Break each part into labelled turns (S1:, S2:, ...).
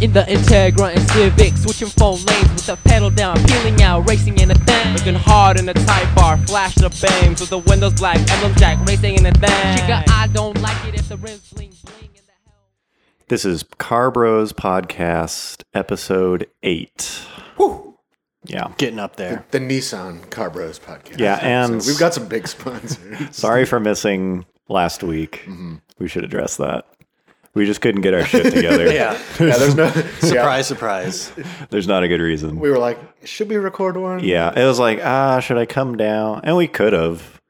S1: in the Integra and Civic, switching four lanes with the pedal down, peeling out, racing in a thing.
S2: Looking hard in the tight bar, flash the bangs with the windows black, emblem jack, racing in a thing.
S1: Chica, I don't like it if the rims bling bling. in the hell.
S3: This is Car Bros Podcast, episode eight.
S4: Whew.
S3: Yeah.
S5: Getting up there.
S4: The Nissan Car Bros podcast.
S3: Yeah, and-
S4: So we've got some big sponsors.
S3: Sorry for missing last week. We should address that. We just couldn't get our shit together.
S5: Yeah.
S4: yeah, there's no
S5: Surprise, surprise.
S3: There's not a good reason.
S4: We were like, should we record one?
S3: yeah. It was like, ah, should I come down? And we could have.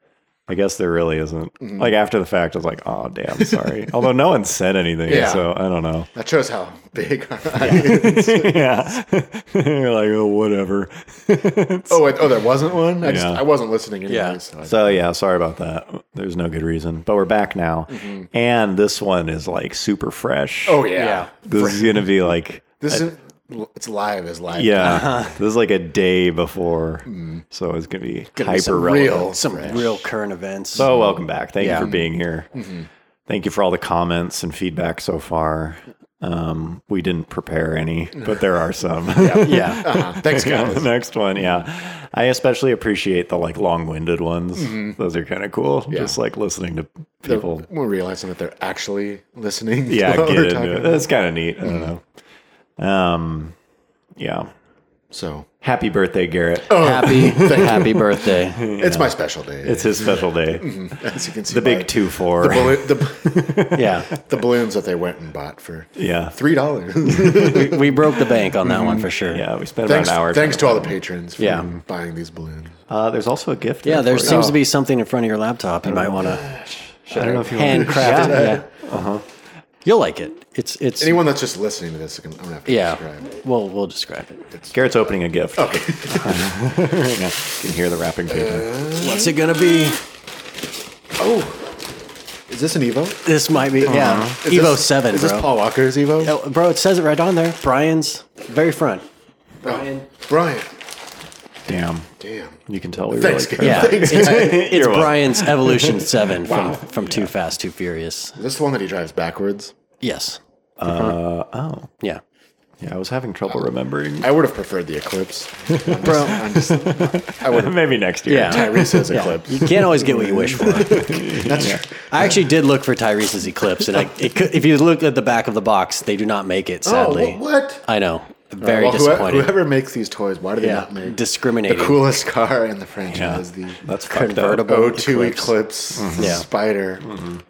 S3: I guess there really isn't. Like after the fact, I was like, oh, damn, sorry. Although no one said anything.
S4: Yeah.
S3: So I don't know.
S4: That shows how big our audience.
S3: yeah. You're like, oh, whatever.
S4: oh, wait, oh, there wasn't one. I just
S3: Yeah.
S4: I wasn't listening anyway.
S5: Yeah.
S4: So, I-
S3: So yeah, sorry about that. There's no good reason, but we're back now,
S5: Mm-hmm.
S3: and this one is like super fresh.
S4: oh yeah,
S3: this is gonna be like
S4: this is it's live as live.
S3: yeah,
S5: Uh-huh.
S3: this is like a day before, so it's gonna be
S5: Mm-hmm. Gonna be
S3: hyper
S5: some
S3: relevant.
S4: real
S5: Some
S4: fresh.
S5: real current events.
S3: So welcome back. Thank
S5: Yeah. Mm-hmm.
S3: you for being here. Thank you for all the comments and feedback so far. Um, we didn't prepare any, but there are some.
S5: yeah.
S4: Uh-huh. Thanks,
S3: on the
S4: guys.
S3: next one. Yeah, I especially appreciate the like long-winded ones.
S5: Mm-hmm.
S3: Those are kind of cool. Just like listening to
S4: They're-
S3: people.
S4: We're realizing that they're actually listening. to
S3: yeah,
S4: what
S3: get
S4: we're
S3: into
S4: talking
S3: it.
S4: about.
S3: That's kind of neat. I don't know. Um, yeah.
S4: So
S3: Happy birthday, Garrett.
S5: Happy, happy birthday.
S4: it's my special day.
S3: It's his special day.
S4: as you can see
S3: The
S4: by
S3: big two
S4: Mm-hmm. The,
S3: four.
S4: balloon, the,
S5: Yeah.
S4: the balloons that they went and bought for
S3: Yeah.
S4: three dollars.
S5: We, we broke the bank on that one for sure.
S3: Yeah, we spent
S4: thanks,
S3: about an hour.
S4: thanks to all the patrons for
S5: Yeah.
S4: buying these balloons.
S3: Uh, there's also a gift.
S5: Yeah,
S4: Oh.
S5: there
S3: for you.
S5: seems to be something in front of your laptop. You might want to
S3: I don't know if you want to
S5: handcraft it. Yeah. Uh-huh. You'll like it. It's it's
S4: Anyone that's just listening to this, I'm gonna have to
S5: yeah.
S4: describe. it.
S5: We'll we'll describe it.
S3: Garrett's opening a gift. Okay. you can hear the wrapping paper.
S5: What's it gonna be?
S4: Oh, is this an Evo?
S5: This might be yeah.
S4: Uh-huh. Is
S5: Evo
S4: this-
S5: Seven,
S4: Is
S5: bro.
S4: this Paul Walker's Evo?
S5: Oh, bro, it says it right on there. Brian's very front.
S4: Oh.
S5: Brian.
S4: Brian.
S3: Damn.
S4: Damn.
S3: You can tell we
S4: Thanks,
S3: really.
S4: Garrett.
S5: Yeah, it's, it's
S3: welcome.
S5: Brian's Evolution Seven from from Too Fast Too Furious.
S4: Is this the one that he drives backwards?
S5: Yes.
S3: Uh, oh,
S5: Yeah.
S3: yeah. I was having trouble remembering.
S4: I would have preferred the Eclipse. Bro, I'm just, I would have
S3: Maybe next year.
S5: Yeah.
S4: Tyrese's Eclipse.
S5: You can't always get what you wish for. That's true. I actually did look for Tyrese's Eclipse, and I, it could, if you look at the back of the box, they do not make it. Sadly,
S4: Oh, wh- what?
S5: I know. Very
S4: Uh, Well, whoe-
S5: disappointing.
S4: Whoever makes these toys, why do they
S5: yeah,
S4: not make the
S5: discriminating.
S4: coolest car in the franchise? The
S3: That's fucked up.
S5: Convertible.
S4: O2
S5: Eclipse. Mm-hmm.
S4: Eclipse, the
S5: Yeah.
S4: Spider,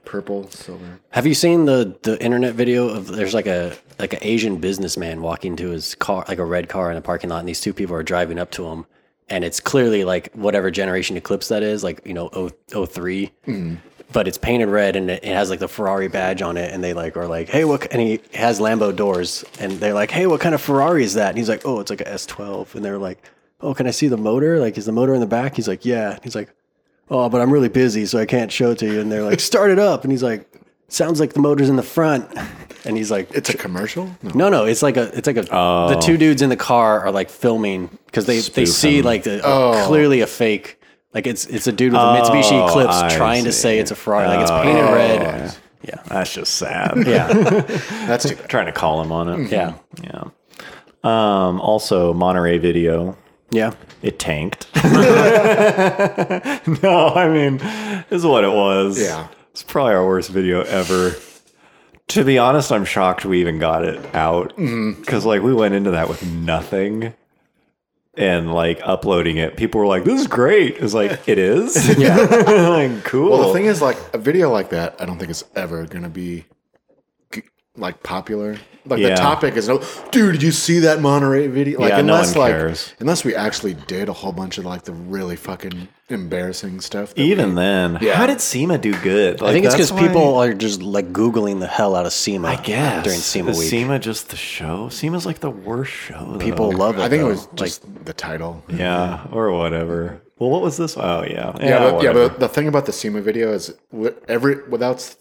S4: purple, silver.
S5: Have you seen the the internet video of there's like a like an Asian businessman walking to his car like a red car in a parking lot and these two people are driving up to him and it's clearly like whatever generation Eclipse that is like you know oh, o- 03
S4: Hmm.
S5: but it's painted red and it it has like the Ferrari badge on it and they like are like hey what ki-" and he has Lambo doors and they're like hey what kind of Ferrari is that and he's like oh it's like a S12 and they're like oh can I see the motor like is the motor in the back he's like yeah he's like oh, but I'm really busy, so I can't show it to you. And they're like, start it up. And he's like, sounds like the motor's in the front. And he's like,
S4: It's a commercial? No.
S5: no, no, it's like a, it's like a, the
S3: Oh.
S5: two dudes in the car are like filming because they, they see like the,
S4: Oh.
S5: uh, clearly a fake, like it's, it's a dude with a Mitsubishi Eclipse
S3: Oh, I
S5: trying to
S3: see. Oh.
S5: say it's a Ferrari, like it's painted red.
S3: That's just sad.
S5: Yeah.
S4: That's too bad.
S3: Trying to call him on it.
S5: Yeah.
S3: Yeah. Um, also, Monterey Video.
S5: Yeah.
S3: It tanked. no, I mean, this is what it was.
S4: Yeah.
S3: It's probably our worst video ever. To be honest, I'm shocked we even got it out. Because, like, we went into that with nothing. And, like, uploading it, people were like, this is great. It's like, it is? Yeah. like, cool.
S4: Well, the thing is, like a video like that, I don't think it's ever gonna be g- like popular. Like
S3: Yeah.
S4: the topic is, no, dude, did you see that Monterey video? Like
S3: Yeah, no
S4: unless
S3: one
S4: like
S3: cares.
S4: unless we actually did a whole bunch of like the really fucking embarrassing stuff. that
S3: even
S4: we-
S3: then,
S4: Yeah.
S3: how did SEMA do good?
S5: I
S3: Like,
S5: think it's
S3: that's
S5: because
S3: why-
S5: people are just like Googling the hell out of SEMA.
S3: I guess
S5: During SEMA
S3: Is
S5: week.
S3: SEMA just the show. SEMA's like the worst show. though.
S5: people love it.
S4: I think it
S5: though.
S4: was just the title. Yeah,
S3: yeah, or whatever. Well, what was this? Oh yeah,
S4: but, yeah.
S3: whatever.
S4: But the thing about the SEMA video is, wi- every well, that's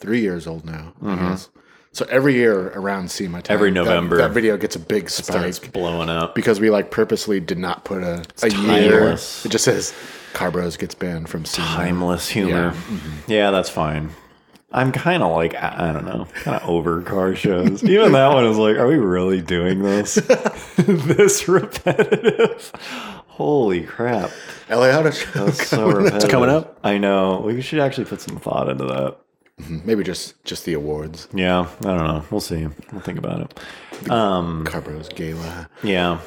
S4: three years old now. I guess. So every year around SEMA time,
S3: Mm-hmm. Every
S4: that-
S3: November.
S4: that, video gets a big spike.
S3: starts blowing up.
S4: because we like purposely did not put a, a year. It
S3: timeless.
S4: just says Carbros gets banned from SEMA.
S3: Timeless humor. Yeah, Mm-hmm. that's fine. I'm kind of like I I don't know, kind of over car shows. Even that one is like, are we really doing this? this repetitive? Holy crap!
S4: LA Auto Show.
S3: That's so repetitive.
S5: coming up.
S3: I know. We should actually put some thought into that.
S4: Maybe just just the awards.
S3: Yeah, I don't know. We'll see. We'll think about it.
S5: Mm.
S4: Carbro's Gala.
S3: Yeah.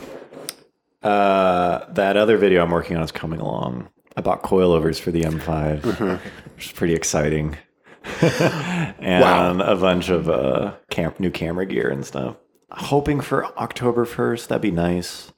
S3: Uh, that other video I'm working on is coming along. I bought coilovers for the M5, which is pretty exciting. and a bunch of uh, camp new camera gear and stuff. Hoping for October 1st. That'd be nice.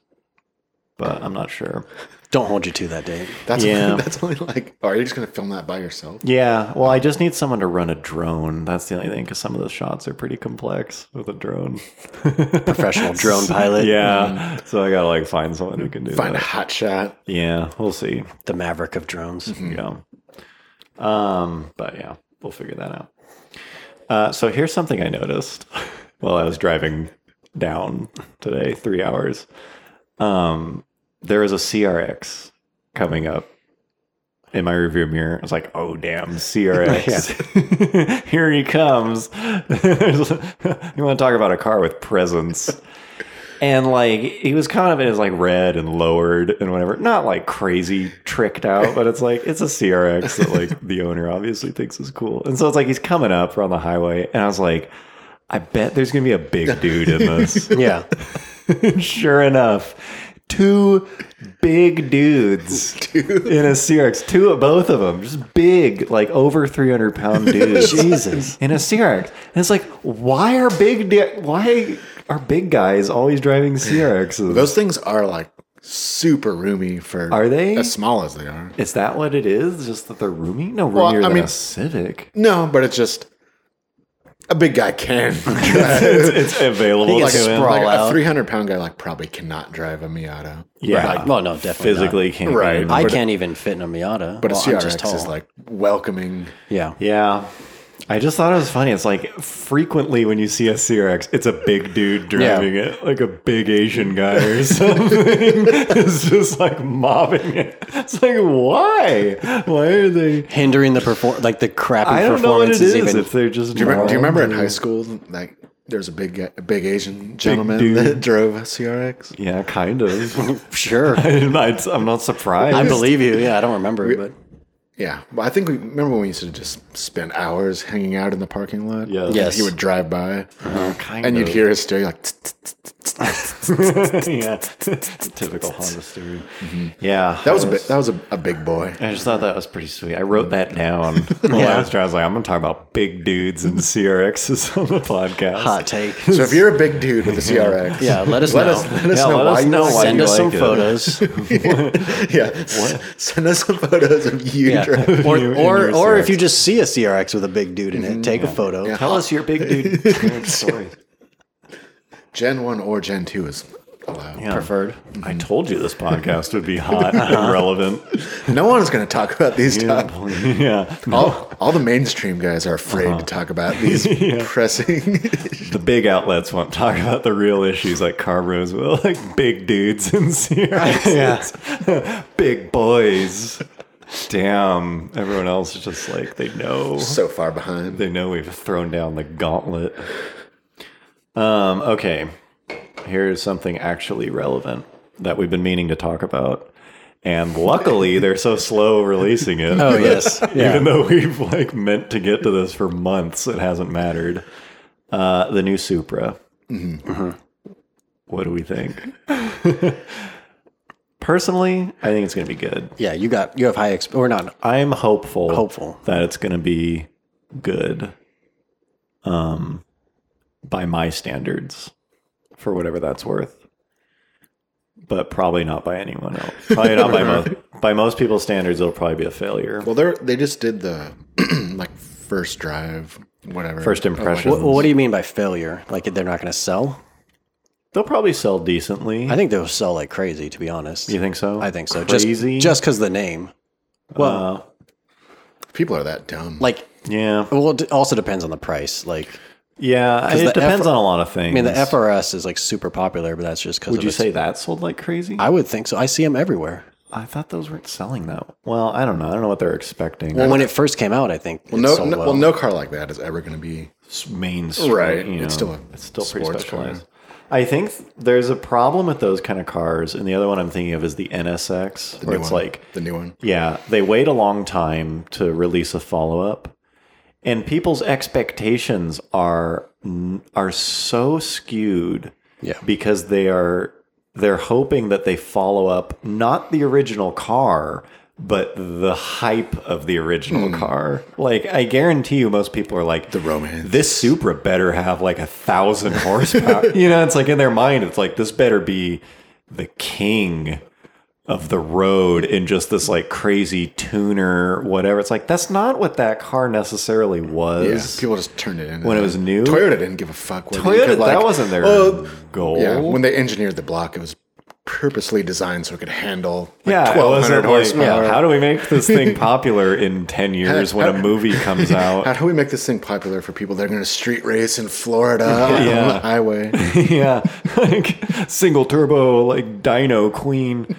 S3: But I'm not sure.
S5: Don't hold you to that date.
S4: That's
S3: Yeah.
S4: that's only like. Oh, are you just gonna film that by yourself?
S3: Yeah. Well, I just need someone to run a drone. That's the only thing, because some of those shots are pretty complex with a drone.
S5: Professional drone pilot.
S3: Yeah. So I got to like find someone who can do
S4: Find a
S3: that.
S4: hot shot.
S3: Yeah. We'll see.
S5: The maverick of drones.
S3: Yeah. Um, but yeah, we'll figure that out. Uh, so here's something I noticed while I was driving down today, three hours. Um, there is a CRX coming up in my rearview mirror. I was like, oh, damn, CRX. Here he comes. you want to talk about a car with presence. And like he was kind of in his like red and lowered and whatever, not like crazy tricked out, but it's like it's a CRX that like the owner obviously thinks is cool. And so it's like he's coming up, we're on the highway, and I was like, I bet there's gonna be a big dude in this.
S5: Yeah.
S3: sure enough, two big dudes in a CRX, two of both of them, just big, like over 300 pound dudes. Jesus. In a CRX. And it's like, why are big, di- why are big guys always driving CRXs?
S4: Those things are like super roomy for.
S3: Are they?
S4: as small as they are?
S3: Is that what it is? Just that they're roomy? No, roomier
S4: Well, I
S3: than
S4: mean-
S3: a Civic.
S4: No, but it's just a big guy can.
S3: It's, it's available
S4: like,
S3: to him.
S5: sprawl
S4: like uh, a
S5: out.
S4: 300 pound guy like probably cannot drive a Miata.
S3: Yeah.
S5: Right. Well, no, definitely. not.
S3: Physically can't. be
S4: Right.
S3: in
S5: I
S3: it.
S5: can't even fit in a Miata.
S4: But
S5: well,
S4: a
S5: I'm
S4: CRX
S5: just tall.
S4: is like welcoming.
S5: yeah.
S3: Yeah. I just thought it was funny. It's like frequently when you see a CRX, it's a big dude driving it, like a big Asian guy or something. it's just like mobbing it. It's like, why? Why are they?
S5: Hindering the perform like the crappy
S3: I don't know what it
S5: performances
S3: is.
S5: even
S3: if they're just.
S4: Do you, remember, do you
S3: mobbing
S4: remember in
S3: it.
S4: high school, like there's a big guy, a big Asian gentleman
S3: dude.
S4: that drove a CRX?
S3: Yeah, kind of.
S5: sure.
S3: I'm not- I'm not surprised.
S5: I believe you. Yeah, I don't remember, but
S4: Yeah, well, I think we remember when we used to just spend hours hanging out in the parking lot.
S3: Yeah.
S4: And
S5: Yes.
S4: he would drive by,
S5: Uh-huh.
S3: kind
S4: and you'd
S3: of.
S4: hear his stereo like. "Tsk, tsk, tsk."
S3: yeah, typical Honda Civic. Yeah,
S4: That was a bit, that was a, a big boy.
S3: I just thought that was pretty sweet. I wrote that down. while I was driving. I was like, I'm going to talk about big dudes and CRXs on the podcast.
S5: hot take.
S4: So if you're a big dude with a CRX,
S5: Yeah, let us
S4: let
S5: know.
S4: us let us
S3: Yeah,
S4: know
S3: let
S4: why
S3: us
S4: you
S3: know
S4: like
S3: why
S5: Send
S3: you
S5: us some
S3: like it.
S5: photos.
S4: Yeah. Send us some photos of you
S5: Yeah.
S4: driving.
S5: Or
S3: You- in
S5: or,
S3: your Mm-hmm.
S5: or if
S3: CRX.
S5: you just see a CRX with a big dude in it, take a photo.
S3: Tell us your big dude story.
S4: Gen 1 or Gen 2 is allowed.
S5: Preferred.
S3: I told you this podcast would be hot and relevant.
S4: No one's going to talk about these topics.
S3: yeah.
S4: All, all the mainstream guys are afraid
S5: Uh-huh.
S4: to talk about these pressing.
S3: The big outlets won't talk about the real issues like Carbros will, like big dudes and CRXs. Yeah. big boys. Damn. Everyone else is just like, they know.
S4: so far behind.
S3: They know we've thrown down the gauntlet. Um, okay. Here's something actually relevant that we've been meaning to talk about. And luckily they're so slow releasing it.
S5: Oh yes. Yeah.
S3: Even though we've like meant to get to this for months, it hasn't mattered. Uh, the new Supra.
S5: Mm-hmm.
S3: What do we think? Personally, I think it's going to be good.
S5: yeah, you got you have high exp or not.
S3: I'm hopeful,
S5: Hopeful.
S3: that it's going to be good, um, by my standards, for whatever that's worth. But probably not by anyone else. Probably not by most by most people's standards. It'll probably be a failure.
S4: Well, they they just did the like first drive, whatever.
S3: First
S4: of what-
S3: impressions.
S5: Well, what do you mean by failure? Like they're not going to sell?
S3: They'll probably sell decently.
S5: I think they'll sell like crazy. To be honest,
S3: you think so?
S5: I think so.
S3: Crazy.
S5: Just just because the name. Well,
S3: Uh,
S4: Oh, People are that dumb.
S5: like
S3: yeah,
S5: well, it also depends on the price. Like
S3: yeah.
S5: the
S3: It
S5: F-
S3: depends on a lot of things.
S5: I mean, the FRS is like super popular, but that's just because
S3: Would you say that sold like crazy?
S5: I would think so. I see them everywhere.
S3: I thought those weren't selling that. Well, I don't know. I don't know what they're expecting.
S5: Well, when it first came out, I think
S4: Well,
S5: it
S4: no,
S5: sold
S4: no,
S5: well.
S4: well, no car like that is ever going to be.
S3: It's mainstream,
S4: Right.
S3: you
S4: It's
S3: know,
S4: still a
S3: it's still pretty
S4: sports car.
S3: specialized. I think th- there's a problem with those kind of cars, and the other one I'm thinking of is the NSX,
S4: The
S3: where
S4: new
S3: it's
S4: one,
S3: like
S4: the new one.
S3: Yeah, they wait a long time to release a follow up, and people's expectations are n- are so skewed.
S5: Yeah.
S3: because they are they're hoping that they follow up not the original car, but the hype of the original car. Like I guarantee you, most people are like the
S4: romance.
S3: This Supra better have like a thousand horsepower. you know, it's like in their mind, it's like this better be the king of the road in just this like crazy tuner, whatever. It's like that's not what that car necessarily
S4: Yeah,
S3: was.
S4: people just turned it in.
S3: When it was new?
S4: Toyota didn't give a fuck. whether you
S3: Toyota,
S4: could,
S3: that
S4: like-
S3: wasn't their
S4: Well,
S3: goal.
S4: Yeah, when they engineered the block, it was purposely designed so it could handle like
S3: yeah, it wasn't
S4: 1,200
S3: like,
S4: horsepower.
S3: How do we make this thing popular in ten years when a movie comes
S4: How
S3: out?
S4: do we make this thing popular for people that are going to street race in Florida on the highway?
S3: yeah, like single turbo, like Dino Queen.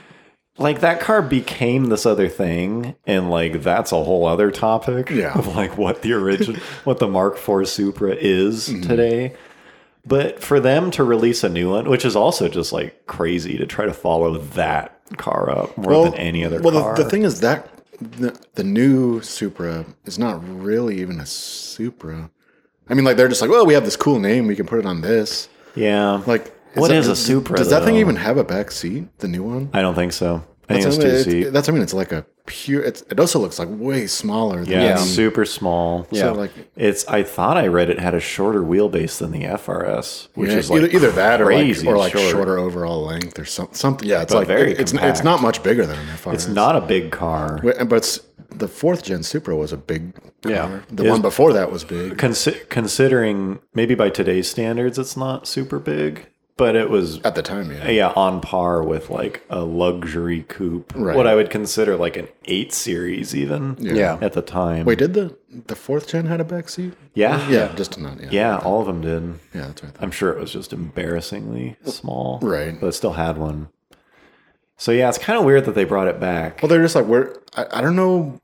S3: Like that car became this other thing, and like that's a whole other topic
S4: Yeah.
S3: of like what the origin, what the Mark IV Supra is
S4: Mm-hmm.
S3: today. But for them to release a new one, which is also just like crazy to try to follow that car up more than any other
S4: well,
S3: car.
S4: the, the thing is that the, the new Supra is not really even a Supra. I mean, like they're just like, well, we have this cool name, we can put it on this.
S3: yeah,
S4: Like,
S3: What
S4: what is
S3: is a Supra,
S4: Does that thing
S3: though?
S4: even have a back seat? The new one.
S3: I don't think so. I think it's
S4: That's,
S3: two
S4: it's-
S3: seat.
S4: that's what I mean. It's like a pure. It's, it also looks like way smaller. Than
S3: Yeah,
S4: the-
S3: it's super small.
S5: Yeah.
S4: So like,
S3: It's. I thought I read it had a shorter wheelbase than the FRS, which
S4: yeah,
S3: is like
S4: either, either that or like,
S3: crazy
S4: or like
S3: short.
S4: shorter overall length or some, something. Yeah, it's
S3: But
S4: like
S3: very
S4: it- it's
S3: compact.
S4: it's not much bigger than an FRS.
S3: It's not a big car.
S4: Wait, and- but it's, the fourth gen Supra was a big. Car.
S5: Yeah.
S4: the one before that was big.
S3: Consi- considering maybe by today's standards, it's not super big, but it was
S4: At the time, yeah.
S3: yeah on par with like a luxury coupe,
S4: Right.
S3: what I would consider like an eight series even
S5: Yeah.
S3: at the time.
S4: Wait, did the the fourth gen had a back seat?
S3: yeah, yeah,
S4: Yeah, just not. Yeah,
S3: yeah, all of them did.
S4: yeah, that's right.
S3: I'm sure it was just embarrassingly small.
S4: Right.
S3: But it still had one. So yeah, it's kind of weird that they brought it back.
S4: Well, they're just like we're. I, I don't know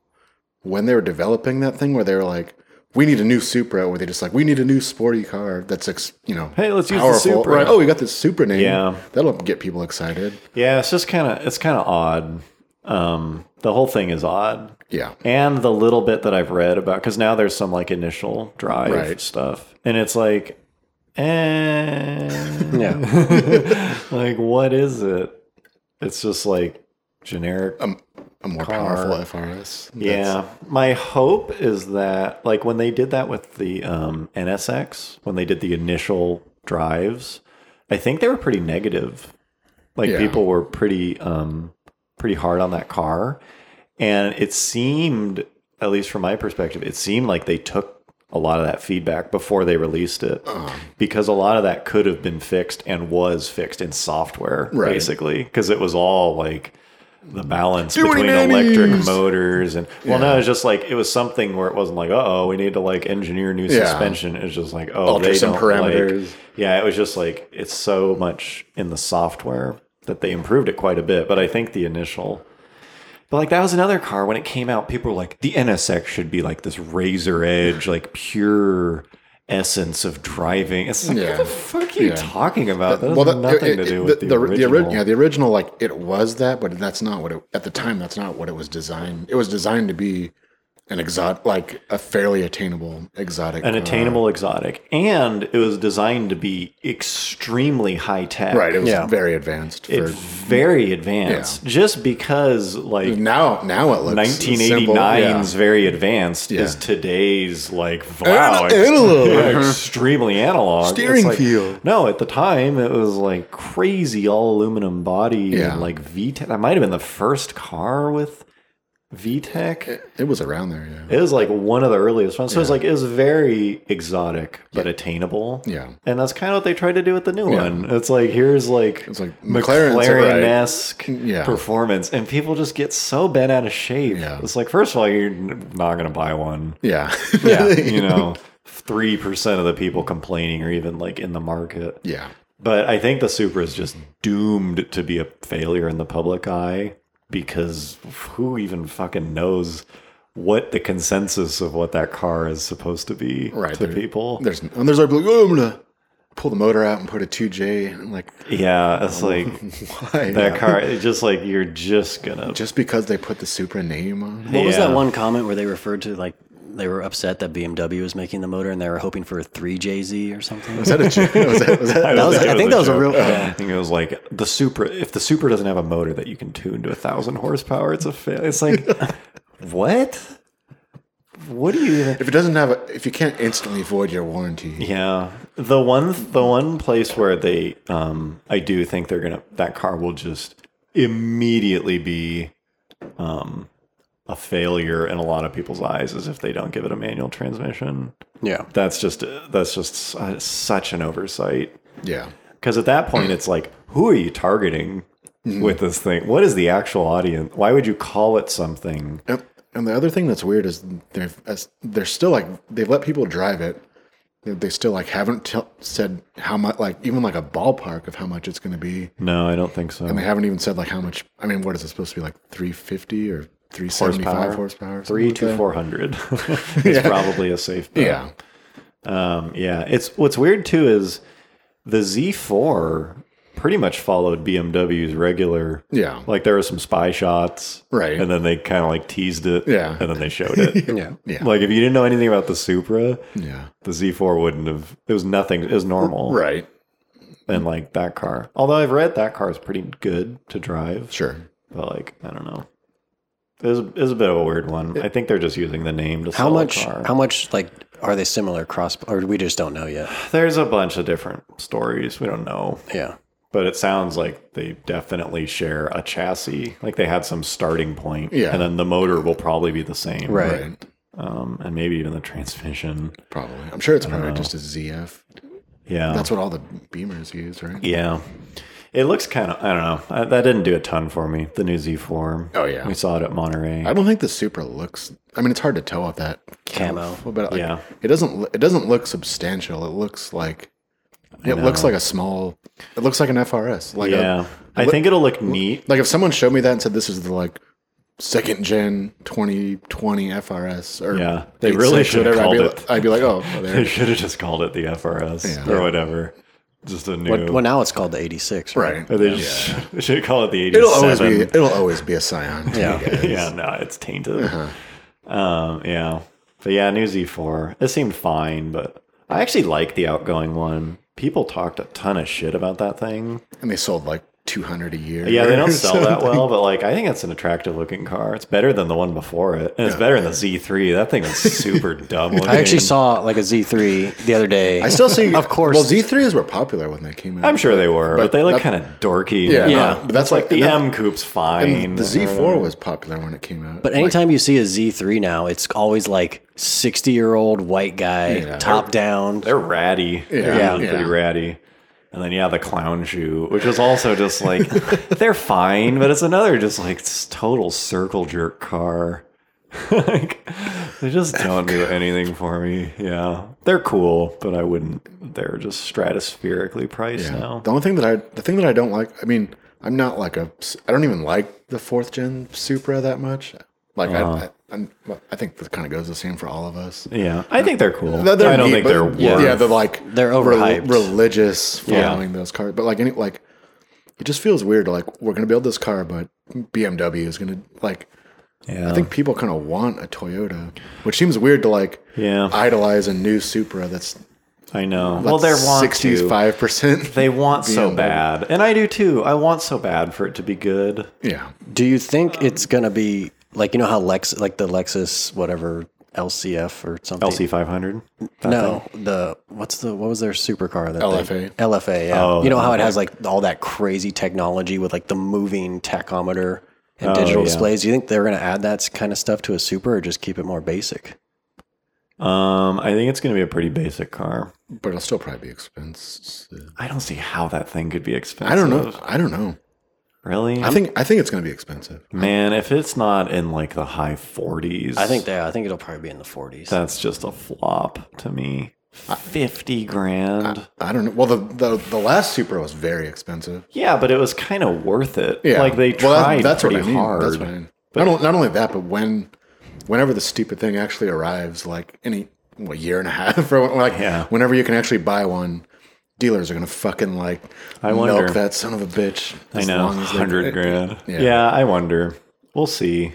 S4: when they were developing that thing where they were like, we need a new Supra, or they just like we need a new sporty car that's ex, you know,
S3: Hey, let's use the Supra.
S4: Right? Oh, we got this Supra name.
S3: Yeah.
S4: that'll get people excited.
S3: yeah, it's just kind of it's kind of odd. Um, the whole thing is odd.
S4: Yeah,
S3: And the little bit that I've read about, because now there's some like initial drive
S4: Right.
S3: stuff, and it's like, eh,
S5: Yeah,
S3: like what is it? It's just like generic
S4: a more powerful FRS. That's-
S3: Yeah, my hope is that like when they did that with the um, NSX, when they did the initial drives, I think they were pretty negative. Like
S4: Yeah.
S3: people were pretty um, pretty hard on that car, and it seemed, at least from my perspective, it seemed like they took a lot of that feedback before they released it
S4: Uh-huh.
S3: because a lot of that could have been fixed and was fixed in software
S4: Right.
S3: basically because it was all like the balance
S4: Doing
S3: between
S4: nannies.
S3: electric motors and well no it was just like it was something where it wasn't like oh we need to like engineer new
S4: Yeah.
S3: suspension it's just like oh
S4: Alter
S3: they
S4: some
S3: don't
S4: parameters.
S3: like- yeah it was just like it's so much in the software that they improved it quite a bit but i think the initial but like that was another car when it came out people were like the nsx should be like this razor edge like pure essence of driving it's like
S4: Yeah.
S3: what the fuck are you
S4: Yeah.
S3: talking about that has
S4: that-
S3: nothing
S4: it-
S3: to do with
S4: it-
S3: the,
S4: ori-
S3: original
S4: ori- yeah, the original like it was that, but that's not what it at the time. That's not what it was designed. It was designed to be an exotic, like a fairly attainable exotic, uh,
S3: an
S4: car.
S3: attainable exotic, and it was designed to be extremely high tech.
S4: Right, it was
S5: Yeah.
S4: very advanced. For,
S3: It- very advanced. Just because like
S4: now, now it looks
S3: 1989's
S4: simple.
S3: very advanced is
S4: Yeah.
S3: today's like
S4: Ana-
S3: wow, ex-
S4: analog.
S3: yeah, extremely analog It's
S4: Steering
S3: like-
S4: feel.
S3: No, at the time it was like crazy all aluminum body
S4: Yeah.
S3: and like VTEC. That might have been the first car with VTEC.
S4: Yeah. It was around there, yeah.
S3: It was like one of the earliest ones. So it's like it was very exotic but attainable.
S4: Yeah.
S3: And that's kind of what they tried to do with the new one. It's like here's like
S4: It's like McLaren's, right.
S3: McLaren esque
S4: Yeah.
S3: performance, and people just get so bent out of shape.
S4: Yeah.
S3: It's like first of all, you're n- not gonna buy one.
S4: yeah,
S3: You know, three percent of the people complaining are even like in the market.
S4: yeah.
S3: But I think the Supra is just doomed to be a failure in the public eye because who even fucking knows what the consensus of what that car is supposed to be
S4: Right,
S3: to
S4: there-
S3: people?
S4: There's and there's like, oh, I'm gonna pull the motor out and put a 2J. And I'm like,
S3: Yeah,
S4: Oh.
S3: it's like
S4: why?
S3: that car. It's just like you're just gonna.
S4: Just because they put the Supra name on.
S5: What was that
S3: Yeah.
S5: one comment where they referred to like they were upset that BMW was making the motor and they were hoping for a three JZ or something?
S4: Was that a joke? Was that, was that,
S5: was- I think that was a
S3: joke.
S5: real-
S3: I think it was like the super. If the super doesn't have a motor that you can tune to a thousand horsepower, it's a fail. It's like what? What do you?
S4: if it doesn't have, a, if you can't instantly void your warranty,
S3: Yeah, the one the one place where they, um, I do think they're gonna that car will just immediately be, um, a failure in a lot of people's eyes is if they don't give it a manual transmission.
S5: Yeah.
S3: That's just that's just su- such an oversight
S4: yeah,
S3: because at that point it's like, who are you targeting
S4: Mm-hmm.
S3: with this thing? What is the actual audience? Why would you call it something?
S4: And, and the other thing that's weird is they've as- they're still like they've let people drive it. They- They still like haven't tell said how much, like even like a ballpark of how much it's going to be.
S3: No, I don't think so.
S4: And they haven't even said like how much. I mean, what is it supposed to be like 350 or 375 horsepower? or something
S3: three
S4: like
S3: to
S4: that?
S3: four hundred is probably a safe bet.
S4: Yeah,
S3: Um, yeah, it's what's weird too is the Z4 pretty much followed BMW's regular.
S4: yeah,
S3: Like there were some spy shots,
S4: Right.
S3: And then they kind of like teased it,
S4: Yeah.
S3: And then they showed it.
S5: Yeah.
S4: yeah,
S3: Like if you didn't know anything about the Supra,
S4: yeah.
S3: the Z4 wouldn't have. It was nothing. It was normal,
S4: Right.
S3: And like that car, although I've read that car is pretty good to drive,
S4: Sure.
S3: but like I don't know. It was, it was a bit of a weird one. I think they're just using the name to
S5: How
S3: sell a
S5: much?
S3: car.
S5: How much? Like, are they similar cross? Or we just don't know yet.
S3: There's a bunch of different stories. We don't know.
S5: Yeah.
S3: but it sounds like they definitely share a chassis. Like they had some starting point,
S4: Yeah.
S3: and then the motor will probably be the same,
S5: Right.
S4: Right.
S3: Um, and maybe even the transmission.
S4: Probably. I'm sure it's probably just a ZF.
S3: Yeah,
S4: That's what all the Beamers use, right?
S3: yeah. It looks kind of. I don't know. I, that didn't do a ton for me. The new Z4.
S4: Oh, yeah.
S3: we saw it at Monterey.
S4: I don't think the Supra looks. I mean, it's hard to tell off that
S5: Camo.
S4: but like,
S3: Yeah.
S4: it doesn't. lo- It doesn't look substantial. It looks like. It looks like a small. It looks like an FRS. Like
S3: yeah,
S4: A,
S3: I think it'll look neat.
S4: like if someone showed me that and said this is the like second gen 2020 FRS or
S3: Yeah, they really
S4: 86,
S3: should've
S4: I'd
S3: called
S4: be, li-
S3: it.
S4: I'd be like, oh, well,
S3: They
S4: there.
S3: should have just called it the FRS
S4: Yeah.
S3: or whatever. Just a new.
S5: But, well, now it's called the '86.
S4: right.
S3: or they just they should call it the 87.
S4: It'll always be. It'll always be a Scion. to me,
S5: Yeah.
S4: guys. Uh-huh.
S3: yeah, no, it's tainted. Um, yeah, but yeah, new Z4. It seemed fine, but I actually like the outgoing one. People talked a ton of shit about that thing.
S4: And they sold like 200 a year.
S3: Yeah, they don't
S4: or
S3: sell that
S4: something.
S3: well, but like I think it's an attractive looking car. It's better than the one before it, and it's better than the Z3. That thing was super dumb. Looking.
S5: I actually saw like a Z3 the other day.
S4: I still see.
S5: Of course.
S4: Well, Z3s were popular when they came out.
S3: I'm sure they were, but,
S4: But
S3: they look
S4: that-
S3: kind of dorky.
S4: Yeah.
S5: Yeah.
S4: But that's like
S3: the
S4: and that-
S3: M coupe's fine.
S4: and The Z4 was popular when it came out.
S5: But anytime you see a Z3 now, it's always like 60 year old white guy,
S4: Yeah.
S5: top down.
S3: They're ratty. Yeah.
S4: Yeah.
S3: They're usually pretty
S4: Yeah.
S3: ratty. And then yeah, the clown shoe, which is also just like they're fine, but it's another just like s- total circle jerk car. like they just don't do anything for me. Yeah. They're cool, but I wouldn't they're just stratospherically priced
S4: Yeah.
S3: now.
S4: The only thing that I, the thing that I don't like, I mean, I'm not like a, I don't even like the fourth gen Supra that much. Like
S5: Uh-huh.
S4: I, I, I'm, I think that kind of goes the same for all of us.
S3: Yeah. I think they're cool.
S4: No, they're
S3: I don't
S4: neat,
S3: think
S4: but-
S3: they're worth
S4: yeah, they're like
S5: They're
S4: rel-
S5: overhyped.
S4: religious
S3: Yeah.
S4: following those cars, but like any like it just feels weird. Like we're gonna build this car, but BMW is gonna like.
S3: yeah.
S4: I think people kind of want a Toyota, which seems weird to like
S3: Yeah.
S4: idolize a new Supra that's
S3: I know. well they're want to.
S4: sixty-five percent.
S3: They want so
S4: BMW.
S3: bad. And I do too. I want so bad for it to be good.
S4: Yeah,
S5: Do you think
S3: Um,
S5: it's going to be like, you know how Lex, like the Lexus, whatever, LCF or something?
S3: LC five hundred.
S5: No, the, what's the, what was their supercar? That
S4: LFA.
S5: they- LFA, yeah.
S3: Oh,
S5: you know how it has like all that crazy technology with like the moving tachometer and
S3: Oh,
S5: digital
S3: yeah.
S5: displays? Do you think they're going to add that kind of stuff to a Super or just keep it more basic?
S3: Um, I think it's going to be a pretty basic car.
S4: but it'll still probably be expensive.
S3: I don't see how that thing could be expensive.
S4: I don't know. I don't know.
S3: Really?
S4: I think I think it's gonna be expensive.
S3: man, if it's not in like the high 40s,
S5: I think, yeah, I think it'll probably be in the 40s.
S3: that's just a flop to me. fifty grand.
S4: I don't know. Well, the, the the last Supra was very expensive.
S3: yeah, but it was kind of worth it.
S4: Yeah,
S3: like they tried
S4: Well, that-
S3: that's pretty
S4: what I mean.
S3: hard.
S4: That's what I mean. not, on- not only that, but when, whenever the stupid thing actually arrives, like any what year and a half or what- like
S3: Yeah.
S4: whenever you can actually buy one, dealers are gonna fucking like
S3: I wonder.
S4: milk that son of a bitch.
S3: I
S4: as
S3: know,
S4: long as they-
S3: hundred grand.
S4: Yeah.
S3: Yeah. I wonder. We'll see.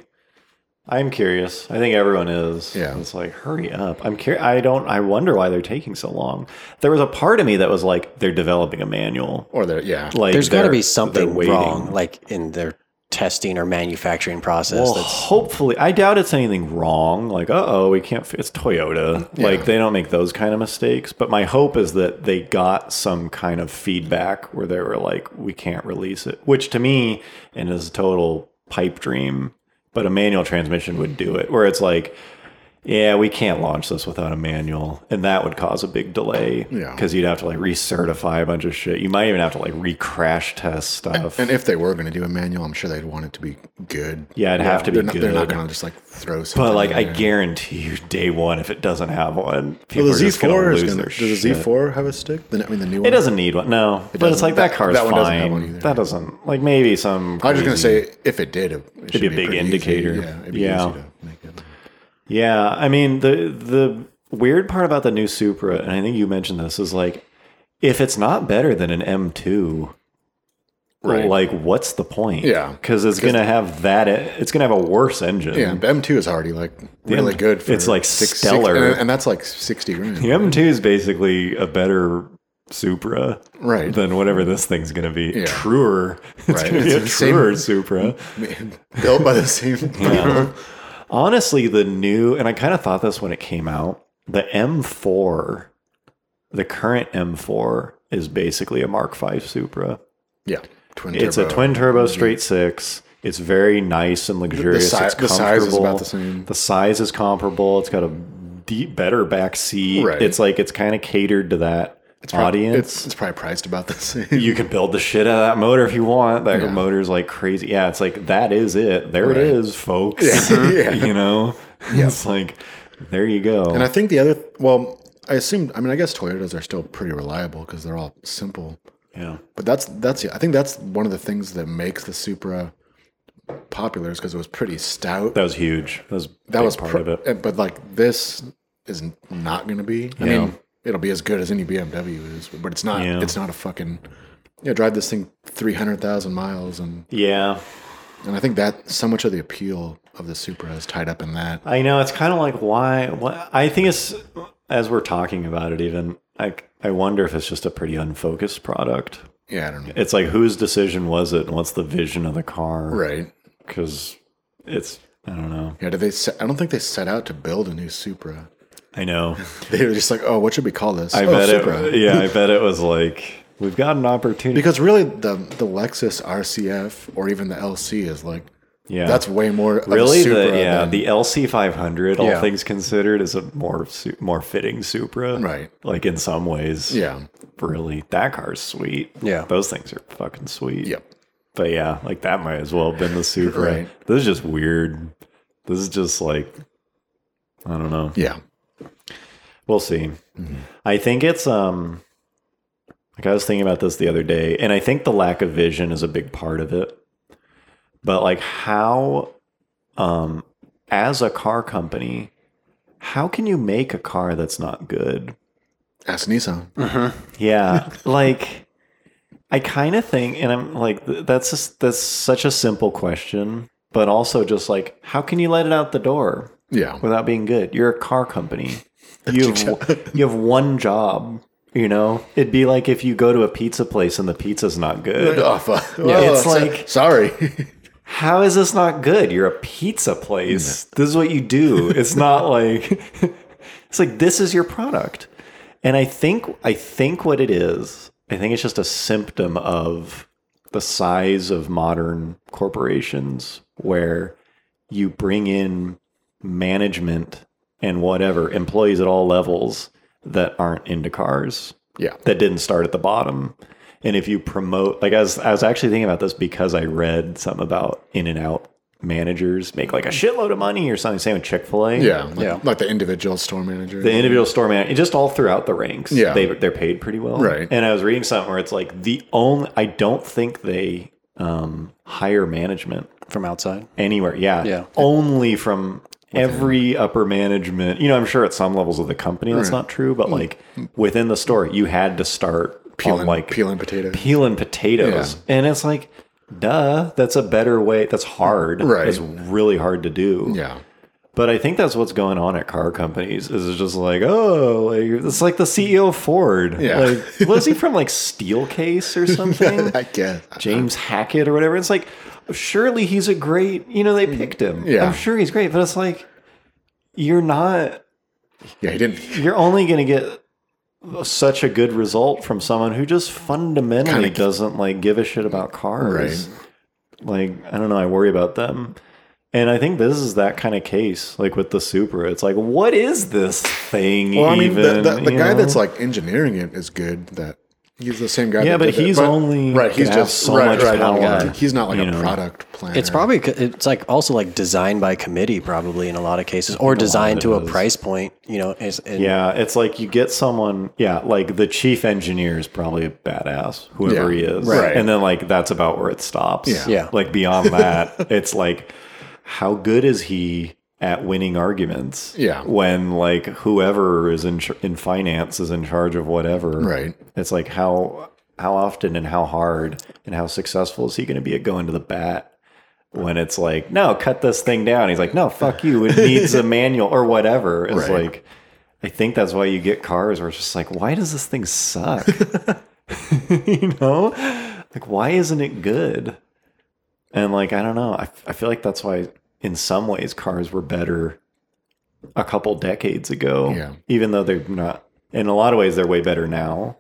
S3: I'm curious. I think everyone is.
S4: Yeah.
S3: it's like hurry up. I'm curious. I don't. I wonder why they're taking so long. There was a part of me that was like, they're developing a manual.
S4: Or they're yeah.
S3: Like,
S5: There's got to
S3: they're-
S5: be
S3: they're
S5: something
S3: waiting.
S5: wrong, like in their testing or manufacturing process.
S3: Well,
S5: that's
S3: hopefully, I doubt it's anything wrong. Like, uh oh, we can't. f- It's Toyota. Like, they don't make those kind of mistakes. But my hope is that they got some kind of feedback where they were like, we can't release it, which to me, and is a total pipe dream. But a manual transmission would do it, where it's like, yeah, we can't launch this without a manual, and that would cause a big delay.
S4: Yeah.
S3: because you'd have to like recertify a bunch of shit. You might even have to like recrash test stuff.
S4: And if they were gonna do a manual, I'm sure they'd want it to be good.
S3: Yeah, it'd have to be
S4: they're not, They're not
S3: good.
S4: gonna just like throw.
S3: But
S4: something
S3: like,
S4: in
S3: I
S4: there.
S3: guarantee you, day one, if it doesn't have one, people
S4: Well,
S3: are
S4: the
S3: just
S4: Z4
S3: going to
S4: is
S3: lose
S4: gonna,
S3: their
S4: does
S3: shit.
S4: the Z4 have a stick? The, I mean, the new one.
S3: It doesn't need one, no. but it's
S4: doesn't.
S3: like that,
S4: That-
S3: car's
S4: that one doesn't
S3: fine.
S4: have one either.
S3: that doesn't like maybe some.
S4: I was just gonna
S3: crazy-
S4: say if it did, it, it should
S3: be a big
S4: pretty easy.
S3: indicator.
S4: Yeah, it'd be
S3: Yeah.
S4: easy to make it.
S3: Yeah, I mean the the weird part about the new Supra, and I think you mentioned this, is like if it's not better than an M2,
S4: Right.
S3: Like, what's the point?
S4: Yeah.
S3: because it's gonna have that. It's gonna have a worse engine.
S4: Yeah, but M2 is already like really
S3: M-
S4: good. For
S3: it's, like,
S4: six- six-
S3: stellar.
S4: and, and that's like sixty grand.
S3: the M2 is basically a better Supra.
S4: Right.
S3: than whatever this thing's going to be.
S4: Yeah.
S3: Truer. It's
S4: Right.
S3: going to be a
S4: It's the same-
S3: truer Supra.
S4: built by the same. people.
S3: Honestly, the new, and I kind of thought this when it came out, the M4, the current M4 is basically a Mark V Supra.
S4: Yeah, twin.
S3: It's a
S4: turbo.
S3: twin turbo straight six. It's very nice and luxurious.
S4: si-
S3: it's
S4: the
S3: comfortable.
S4: size is about the same.
S3: The size is comparable. It's got a deep, better back seat.
S4: Right.
S3: It's like it's kind of catered to that audience.
S4: It's, it's probably priced about the same.
S3: you can build the shit out of that motor if you want. That motor's like crazy. Yeah, it's like that is it. There it is, folks.
S4: Yeah.
S3: you know, it's like there you go.
S4: And I think the other, well, I assumed. I mean, I guess Toyotas are still pretty reliable because they're all simple.
S3: yeah,
S4: But that's that's I think that's one of the things that makes the Supra popular is because it was pretty stout.
S3: that was huge. That was a
S4: that
S3: big
S4: was
S3: part
S4: pro-
S3: of it.
S4: uh, But like this is n- not going to be. I
S3: Yeah.
S4: mean, it'll be as good as any BMW is, but it's not.
S3: Yeah.
S4: It's not a fucking. Yeah, drive this thing three hundred thousand miles, and
S3: Yeah,
S4: and I think that so much of the appeal of the Supra is tied up in that.
S3: I know. It's kind of like why, why. I think it's as we're talking about it. Even I, I wonder if it's just a pretty unfocused product.
S4: Yeah, I don't know.
S3: It's like whose decision was it, and what's the vision of the car?
S4: Right?
S3: Because it's I don't know.
S4: Yeah. Did they? Set, I don't think they set out to build a new Supra.
S3: I know.
S4: They were just like, oh, what should we call this?
S3: I
S4: oh,
S3: bet
S4: Supra.
S3: it. Yeah, I bet it was like we've got an opportunity.
S4: Because really, the the Lexus RCF or even the LC is like,
S3: yeah,
S4: that's way more of a
S3: really
S4: Supra
S3: the yeah
S4: than-
S3: the LC 500. All
S4: Yeah.
S3: things considered, is a more su- more fitting Supra,
S4: Right.
S3: Like in some ways,
S4: yeah
S3: Really, that car's sweet.
S5: Yeah.
S3: those things are fucking sweet.
S4: Yep.
S3: But yeah, like that might as well have been the Supra.
S4: Right.
S3: This is just weird. This is just like I don't know.
S4: yeah
S3: We'll see. I think it's um like I was thinking about this the other day, and I think the lack of vision is a big part of it. But like how um as a car company, how can you make a car that's not good?
S4: ask Nissan.
S3: Mm. Yeah, like I kind of think, and I'm like, th- that's just, that's such a simple question, but also just like, how can you let it out the door
S4: Yeah.
S3: without being good? You're a car company. You have you have one job. You know, it'd be like if you go to a pizza place and the pizza's not good.
S4: Oh, fuck.
S3: Yeah. It's
S4: so-
S3: like-
S4: sorry.
S3: How is this not good? You're a pizza place. This is what you do. It's not like it's like this is your product. And I think I think what it is, I think it's just a symptom of the size of modern corporations where you bring in management and whatever, employees at all levels that aren't into cars
S4: yeah.
S3: that didn't start at the bottom. And if you promote, like I was, I was actually thinking about this because I read something about In and Out managers make like a shitload of money or something. Same with Chick Fil A.
S4: Yeah, like,
S5: Yeah.
S4: like the individual store manager.
S3: the individual store man just all throughout the ranks
S4: Yeah.
S3: they, they're paid pretty well
S4: Right.
S3: and i was reading something where it's like the only i don't think they um hire management
S5: from outside.
S3: anywhere yeah
S5: Yeah.
S3: only from every upper management you know i'm sure at some levels of the company that's not true but like within the store you had to start
S4: Mm. peeling,
S3: on like
S4: peeling potatoes.
S3: peeling potatoes and it's like duh that's a better way that's hard
S4: Right.
S3: it's really hard to do
S4: yeah,
S3: but I think that's what's going on at car companies. Is it's just like, oh, like it's like the CEO of Ford.
S4: Yeah.
S3: Like, was he from like Steelcase or something?
S4: I guess.
S3: James Hackett or whatever. It's like, surely he's a great. You know, they picked him.
S4: Mm. Yeah.
S3: I'm sure he's great. But it's like, you're not.
S4: Yeah, he didn't.
S3: You're only going to get such a good result from someone who just fundamentally
S4: Kinda-
S3: doesn't like give a shit about cars.
S4: Right.
S3: Like, I don't know, I worry about them. And I think this is that kind of case, like with the Supra. It's like, what is this thing?
S4: Well, I mean, the,
S3: even,
S4: the, the
S3: you
S4: guy
S3: know?
S4: that's like engineering it is good. That he's the same guy.
S3: Yeah,
S4: that
S3: but
S4: did it,
S3: he's only
S4: right. He's
S3: gonna have
S4: just
S3: so
S4: right,
S3: much
S4: right,
S3: power,
S4: right. He's not like
S3: you
S4: a
S3: know.
S4: product planner.
S5: It's probably c- it's like also like designed by committee probably in a lot of cases or designed
S3: it
S5: to a
S3: is.
S5: price point, you know, is and
S3: Yeah, it's like you get someone, yeah, like the chief engineer is probably a badass, whoever
S4: Yeah,
S3: he is.
S4: right.
S3: And then like that's about where it stops.
S4: Yeah.
S5: Yeah.
S3: Like beyond that, it's like how good is he at winning arguments?
S4: Yeah.
S3: When like whoever is in in finance is in charge of whatever.
S4: Right.
S3: It's like how how often and how hard and how successful is he going to be at going to the bat? When it's like, no, cut this thing down. He's like, no, fuck you. It needs a manual or whatever. It's
S4: Right.
S3: like, I think that's why you get cars where it's just like, why does this thing suck? you know? Like, why isn't it good? And like, I don't know. I, I feel like that's why, in some ways, cars were better a couple decades ago.
S4: Yeah.
S3: Even though they're not, in a lot of ways, they're way better now.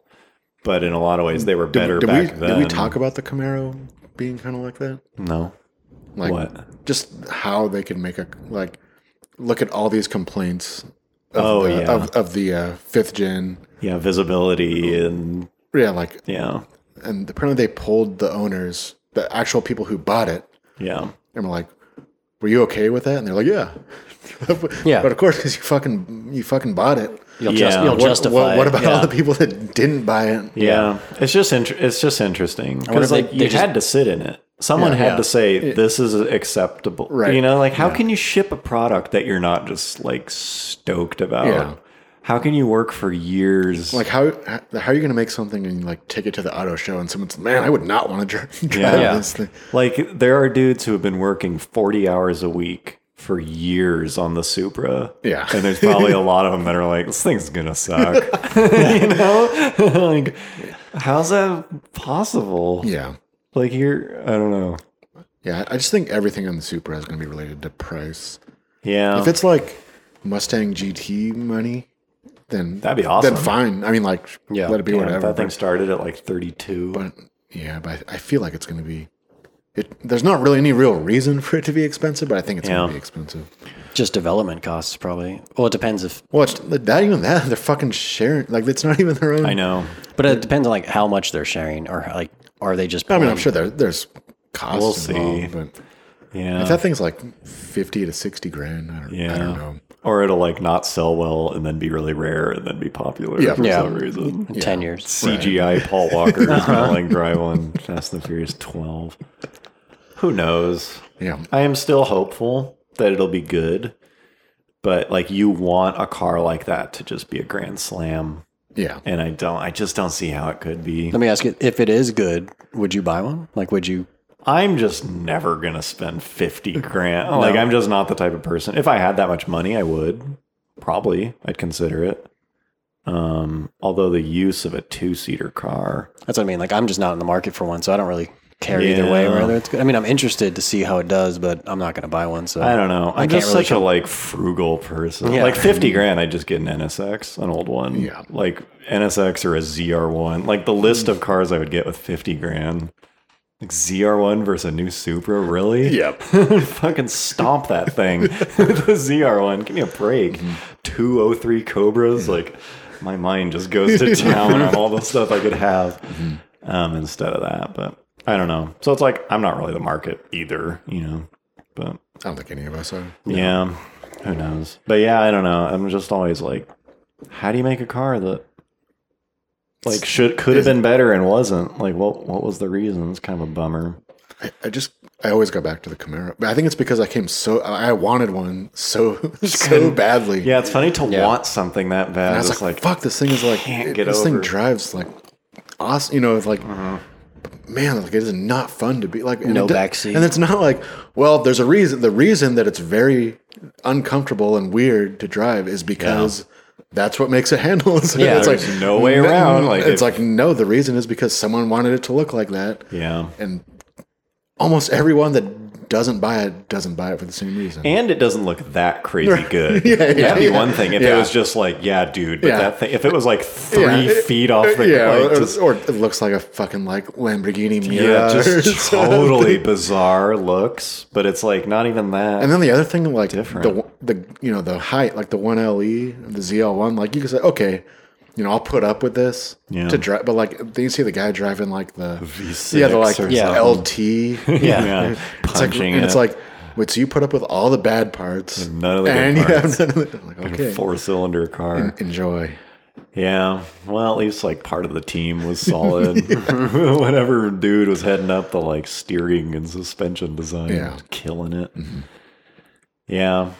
S3: But in a lot of ways, they were better
S4: Did
S3: back
S4: we,
S3: then.
S4: did we talk about the Camaro being kind of like that?
S3: No.
S4: Like
S3: What?
S4: Just how they could make a like. Look at all these complaints. Of
S3: Oh,
S4: the,
S3: yeah.
S4: of, of the uh, fifth gen.
S3: Yeah, visibility and
S4: Yeah, like
S3: yeah,
S4: and apparently they pulled the owners, the actual people who bought it,
S3: yeah.
S4: and were like, "Were you okay with that?" And they're like, "Yeah,
S5: Yeah.
S4: But of course, because you fucking you fucking bought it.
S5: you'll,
S3: Yeah.
S5: Just, you'll
S3: What-
S4: What,
S5: justify
S4: what, what
S5: it.
S4: about all the people that didn't buy it?
S3: Yeah, it's just inter- it's just interesting because
S5: if they-
S3: like
S5: they
S3: you
S5: just-
S3: had to sit in it. Someone had to say this is acceptable.
S4: Right.
S3: You know, like how can you ship a product that you're not just like stoked about?
S4: Yeah.
S3: How can you work for years?
S4: Like how how are you going to make something and like take it to the auto show and someone's man, I would not want to drive
S3: Yeah.
S4: this thing.
S3: like there are dudes who have been working 40 hours a week for years on the Supra.
S4: Yeah.
S3: And there's probably a lot of them that are like this thing's going to suck. you know? like how's that possible?
S4: Yeah,
S3: Like you're I don't know.
S4: yeah. I just think everything on the Supra is going to be related to price.
S3: Yeah.
S4: If it's like Mustang GT money, then
S3: That'd be awesome.
S4: Then fine. I mean, like
S5: Yeah.
S4: let it be
S3: Yeah,
S4: whatever.
S3: That thing started at like 32.
S4: But yeah, but I I feel like it's going to be. It, there's not really any real reason for it to be expensive, but I think it's going
S3: Yeah.
S4: to be expensive.
S5: just development costs probably. Well, it depends if
S4: Well, it's not even that. They're fucking sharing. Like, it's not even their own.
S3: I know.
S5: but it depends on like how much they're sharing or like are they just
S4: I mean, I'm
S5: pulling-
S4: sure there, there's
S3: We'll
S4: costs
S3: see.
S4: involved, but
S3: Yeah.
S4: if that thing's like 50 to 60 grand, I don't, I
S3: Yeah.
S4: don't know.
S3: or it'll like not sell well and then be really rare and then be popular
S4: Yeah.
S3: for
S5: Yeah.
S3: some reason.
S5: in 10 years.
S3: CGI Paul Walker is gonna like drive one Fast and the Furious 12. Who knows?
S4: Yeah.
S3: I am still hopeful that it'll be good, but like you want a car like that to just be a grand slam,
S4: Yeah.
S3: and I don't. I just don't see how it could be.
S5: Let me ask you if it is good, would you buy one? Like would you
S3: I'm just never gonna spend fifty grand.
S5: Oh,
S3: Like I'm just not the type of person. If I had that much money, I would probably. I'd consider it. Um, although the use of a two seater car,
S5: That's what I mean. Like I'm just not in the market for one, so I don't really care either way
S3: Yeah.
S5: whether it's good. I mean, I'm interested to see how it does, but I'm not going to buy one. So
S3: I don't know. I'm
S5: can't
S3: just
S5: really
S3: such a like frugal person.
S5: Yeah.
S3: Like fifty grand, I just get an NSX, an old one.
S4: Yeah.
S3: Like NSX or a ZR1. Like the
S5: Hmm.
S3: list of cars I would get with fifty grand. Like ZR1 versus a new Supra, really?
S4: Yep.
S3: fucking stomp that thing with the ZR1. Give me a break.
S4: Mm-hmm.
S3: 203 Cobras. Like, my mind just goes to town on all the stuff I could have
S4: Mm-hmm.
S3: um, instead of that. But I don't know. So it's like, I'm not really the market either, you know? But
S4: I don't think any of us are.
S3: yeah, who knows? But yeah, I don't know. I'm just always like, how do you make a car that like should could have been better and wasn't? Like, what what was the reason? It's kind of a bummer.
S4: I, I just I always go back to the Camaro, but I think it's because I came so I I wanted one so so badly.
S3: Yeah, it's funny to want something that bad.
S4: and I was
S3: It's
S4: like, fuck, this thing is like
S3: can't
S4: it-
S3: get
S4: this
S3: over Uh-huh.
S4: thing
S3: it."
S4: drives like awesome. You know, it's like. Man, like it is not fun to be like and
S5: No
S4: it do-
S5: backseat.
S4: and it's not like well, there's a reason. The reason that it's very uncomfortable and weird to drive is because that's what makes it handle. So
S5: Yeah,
S4: it's like
S3: there's no way around, like,
S4: it's
S3: it-
S4: like no, the reason is because someone wanted it to look like that,
S3: yeah.
S4: and almost everyone that doesn't buy it doesn't buy it for the same reason.
S3: And it doesn't look that crazy good.
S4: Yeah,
S3: That'd
S4: yeah,
S3: be
S4: yeah.
S3: one thing if it
S4: Yeah.
S3: was just like, yeah, dude. But
S4: Yeah.
S3: that thing, if it was like three
S4: Yeah. uh,
S3: feet off the,
S4: yeah,
S3: like,
S4: or,
S3: just-
S4: or it oh, looks like a fucking like Lamborghini
S3: yeah,
S4: Mira. or
S3: just
S4: something.
S3: totally bizarre looks. But it's like not even that.
S4: And then the other thing, like
S3: Different.
S4: the the you know the height, like the one LE, the ZL one, like you can say, okay, you know I'll put up with this
S3: Yeah.
S4: to drive, but like then you see the guy driving like the
S3: V6
S4: yeah, the like
S3: or
S5: Yeah.
S4: LT,
S3: yeah,
S4: it's like,
S3: punching
S4: and it's
S3: it.
S4: like, wait, so you put up with all the bad parts,
S3: none of the good
S4: and you
S3: parts.
S4: have none of the, like, okay,
S3: four cylinder car.
S4: enjoy.
S3: Yeah. Well, at least like part of the team was solid. Whatever dude was heading up the like steering and suspension design,
S4: Yeah. Mm-hmm.
S3: killing it. Yeah.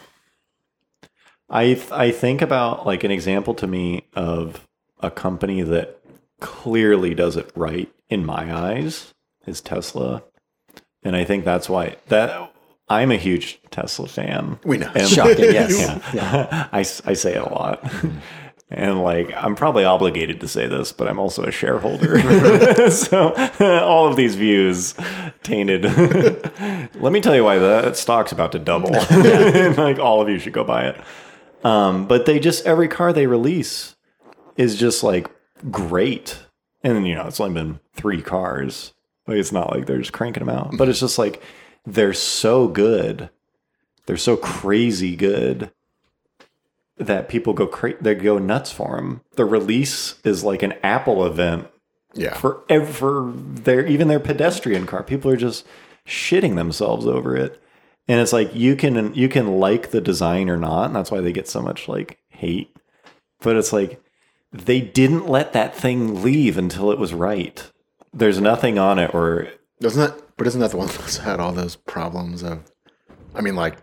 S3: I th- I think about like an example to me of a company that clearly does it right in my eyes is Tesla. And I think that's why that I'm a huge Tesla fan.
S4: We know.
S3: And-
S5: Shocking, yes.
S3: yeah. I, s- I say it a lot. And like, I'm probably obligated to say this, but I'm also a shareholder. so all of these views tainted. Let me tell you why that stock's about to double. like, all of you should go buy it. Um, but they just, every car they release is just like great. And you know, it's only been three cars. Like, it's not like they're just cranking them out, but it's just like they're so good they're so crazy good that people go cra- they go nuts for them. The release is like an Apple event
S4: Yeah,
S3: forever. Their even their pedestrian car, people are just shitting themselves over it. And it's like you can you can like the design or not, and that's why they get so much like hate. But it's like they didn't let that thing leave until it was right. There's nothing on it where
S4: Doesn't that? But isn't that the one that's had all those problems of? I mean, like,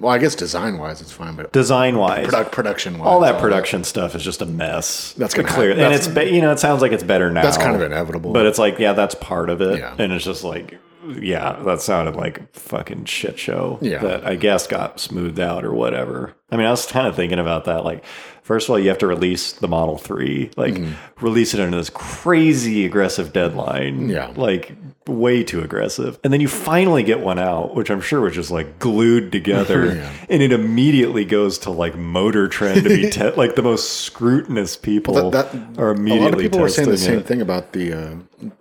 S4: well, I guess design wise it's fine, but
S3: design wise,
S4: product production wise,
S3: all that production stuff is just a mess.
S4: That's gonna
S3: clear,
S4: happen.
S3: and
S4: That's-
S3: it's be, you know it sounds like it's better now.
S4: That's kind of inevitable.
S3: but it's like yeah, that's part of it,
S4: Yeah.
S3: and it's just like yeah, that sounded like a fucking shit show.
S4: Yeah.
S3: that I guess got smoothed out or whatever. I mean, I was kind of thinking about that. Like, first of all, you have to release the Model Three, like
S4: Mm-hmm.
S3: release it under this crazy aggressive deadline.
S4: Yeah.
S3: like way too aggressive, and then you finally get one out, which I'm sure was just like glued together, and it immediately goes to like Motor Trend to be te- like the most scrutinous people
S4: That- that-
S3: are
S4: a
S3: immediately
S4: lot of people were saying the
S3: testing
S4: same
S3: it.
S4: thing about the uh,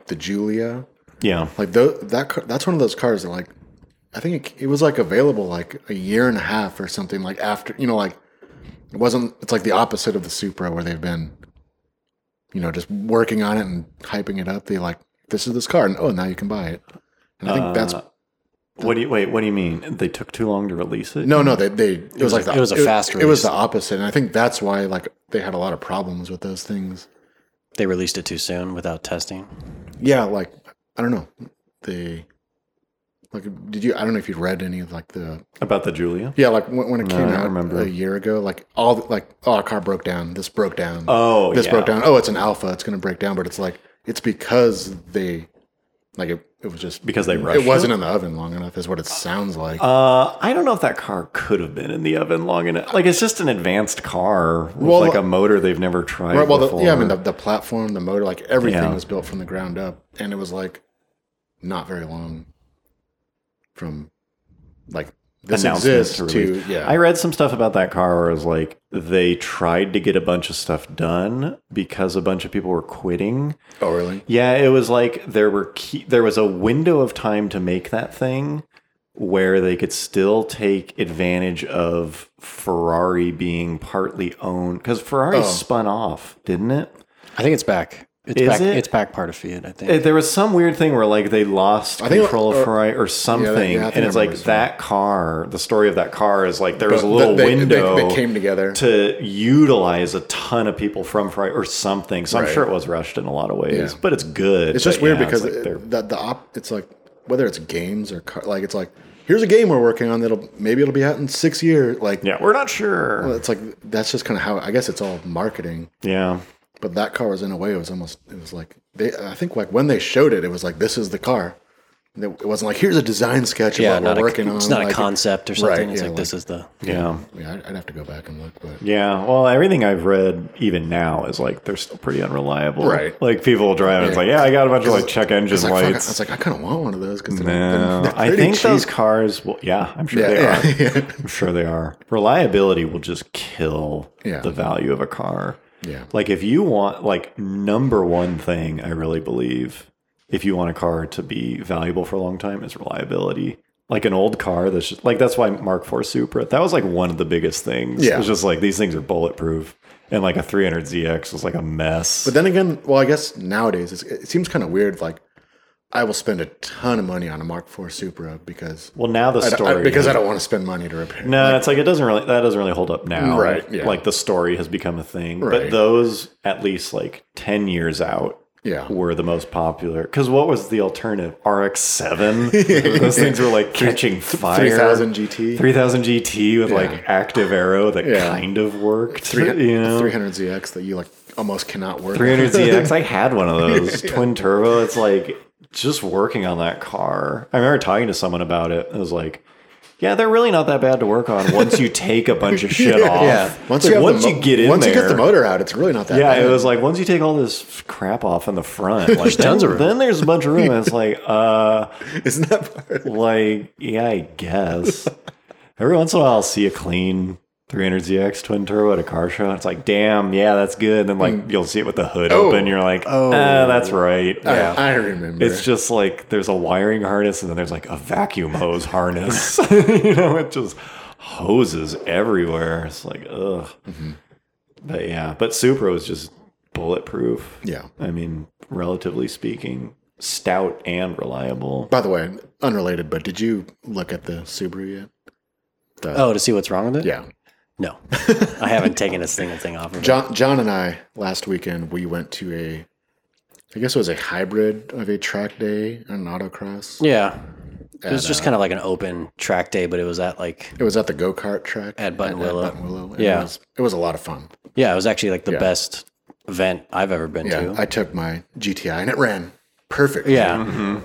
S4: the Julia.
S3: Yeah,
S4: Like tho- that, car, that's one of those cars that like, I think it, it was like available like a year and a half or something. Like after you know, like it wasn't. It's like the opposite of the Supra where they've been, you know, just working on it and hyping it up. They like this is this car, and oh, now you can buy it. And I think that's
S3: What do you wait? What do you mean? They took too long to release it?
S4: No, no, they, they it, was like
S5: a- it was a fast
S4: It was
S5: release.
S4: the opposite, and I think that's why like they had a lot of problems with those things.
S5: They released it too soon without testing.
S4: Yeah, like I don't know, they like did you? I don't know if you read any of like the
S3: about the Julia.
S4: yeah like when, when it came
S3: I don't
S4: out
S3: remember.
S4: a year ago, like all the- like oh our car broke down, this broke down,
S3: Oh,
S4: this
S3: yeah.
S4: broke down. Oh, it's an Alpha, it's gonna break down, but it's like it's because they like it. It was just
S3: Because they rushed
S4: it wasn't in the oven long enough, is what it sounds like.
S3: Uh, I don't know if that car could have been in the oven long enough. Like it's just an advanced car with
S4: Well,
S3: like
S4: the-
S3: a motor they've never tried.
S4: Right. Well, the,
S3: before.
S4: yeah. I mean, the, the platform, the motor, like everything
S3: Yeah.
S4: was built from the ground up, and it was like not very long from like this
S3: announcement
S4: exists
S3: to
S4: to,
S3: release.
S4: yeah.
S3: I read some stuff about that car where it was like they tried to get a bunch of stuff done because a bunch of people were quitting.
S4: oh, really?
S3: Yeah, it was like there were key, there was a window of time to make that thing where they could still take advantage of
S4: Oh.
S3: Ferrari being partly owned because Ferrari spun off, didn't it?
S5: I think it's back. It's
S3: Is
S5: back,
S3: it?
S5: It's back part of Fiat, I think.
S3: Eh, There was some weird thing where like they lost
S4: I think-
S3: control
S4: or-
S3: of Ferrari or something,
S4: yeah, I think
S3: and
S4: I
S3: it's like
S4: remember this
S3: that car. The story of that car is like there was a
S4: But
S3: little
S4: they- they- they-
S3: window
S4: they came together.
S3: to utilize a ton of people from Ferrari or something. So
S4: Right.
S3: I'm sure it was rushed in a lot of ways,
S4: Yeah.
S3: but it's good.
S4: It's just
S3: But
S4: weird
S3: yeah, it's,
S4: because
S3: like,
S4: it-
S3: they're-
S4: the the op, it's like whether it's games or car, like it's like here's a game we're working on that'll maybe it'll be out in six years. Like
S3: yeah, we're not sure.
S4: it's like that's just kind of how I guess it's all marketing.
S3: yeah,
S4: But that car was in a way it was almost it was like they I think like when they showed it it was like this is the car. It it wasn't like here's a design sketch of
S5: yeah,
S4: what
S5: not
S4: we're
S5: a,
S4: working on.
S5: it's not
S4: like,
S5: a concept or something.
S4: Right,
S5: it's
S4: yeah,
S5: like, this is the.
S3: yeah,
S4: Yeah, I'd- I'd have to go back and look, but
S3: yeah. Well, everything I've read even now is like they're still pretty unreliable.
S4: Right.
S3: Like people will drive and it's
S4: Yeah.
S3: like, yeah, I got a bunch of like
S4: It's-
S3: check engine
S4: it's like, fuck, I
S3: lights.
S4: was like, I kind of want one of those because they're,
S3: No,
S4: they're
S3: I
S4: pretty
S3: think
S4: cheap.
S3: those cars will. Yeah, I'm sure they
S4: Yeah,
S3: are.
S4: yeah, yeah.
S3: I'm sure they are. Reliability will just kill
S4: Yeah.
S3: the value of a car.
S4: Yeah.
S3: Like if you want, like number one thing, I really believe, if you want a car to be valuable for a long time, is reliability. Like an old car, that's just, like that's why Mark IV Supra. That was like one of the biggest things.
S4: Yeah.
S3: it was just like these things are bulletproof, and like a 300ZX was like a mess.
S4: But then again, well, I guess nowadays it's, it seems kind of weird. Like, I will spend a ton of money on a Mark IV Supra because
S3: well, now the
S4: I, I-
S3: story
S4: because
S3: has
S4: I don't want to spend money to repair. it.
S3: No, it's like it doesn't really that doesn't really hold up now.
S4: Right, yeah.
S3: Like the story has become a thing.
S4: Right.
S3: But those at least like ten years out
S4: Yeah.
S3: were the most popular. Because what was the alternative? RX seven? those things were like catching fire.
S4: 3000 GT.
S3: Three thousand GT with like active arrow that
S4: Yeah.
S3: kind of worked.
S4: Three hun-
S3: you know?
S4: 300ZX that you like almost cannot work.
S3: 300ZX. I had one of those twin turbo. It's like just working on that car. I remember talking to someone about it. It was like, yeah, they're really not that bad to work on once you take a bunch of shit off.
S5: Yeah.
S3: Once,
S4: Once you, have the
S3: once
S4: mo-
S3: you get in
S4: once
S3: there.
S4: you get the motor out, it's really not that.
S3: yeah,
S4: bad.
S3: it was like once you take all this crap off in the front, like there's
S5: tons of room.
S3: Then there's a bunch of room. And it's like, uh,
S4: isn't that part?
S3: like yeah, I guess. Every once in a while, I'll see a clean 300ZX twin turbo at a car show. And it's like, damn, yeah, that's good. And then like you'll see it with the hood open. You're like, Mm. oh, that's right. Yeah.
S4: I, I remember.
S3: It's just like there's a wiring harness and then there's like a vacuum hose harness. you know, it just hoses everywhere. It's like, ugh. But yeah, but Supra was just bulletproof.
S4: yeah.
S3: I mean, relatively speaking, stout and reliable.
S4: By the way, unrelated, but did you look at the Subaru yet?
S5: Oh, to see what's wrong with it?
S4: Yeah.
S5: No. I haven't taken a single thing off of it.
S4: John, John and I last weekend we went to a, I guess it was a hybrid of a track day and an autocross.
S5: Yeah. It was
S4: uh,
S5: just kind of like an open track day, but it was at like
S4: It was at the go kart track
S5: At Buttonwillow.
S4: Buttonwillow. It
S5: Yeah.
S4: was, it was a lot of fun.
S5: yeah, it was actually like the
S4: Yeah.
S5: best event I've ever been
S4: Yeah,
S5: to.
S4: I took my GTI and it ran perfect. Mm-hmm.
S5: yeah.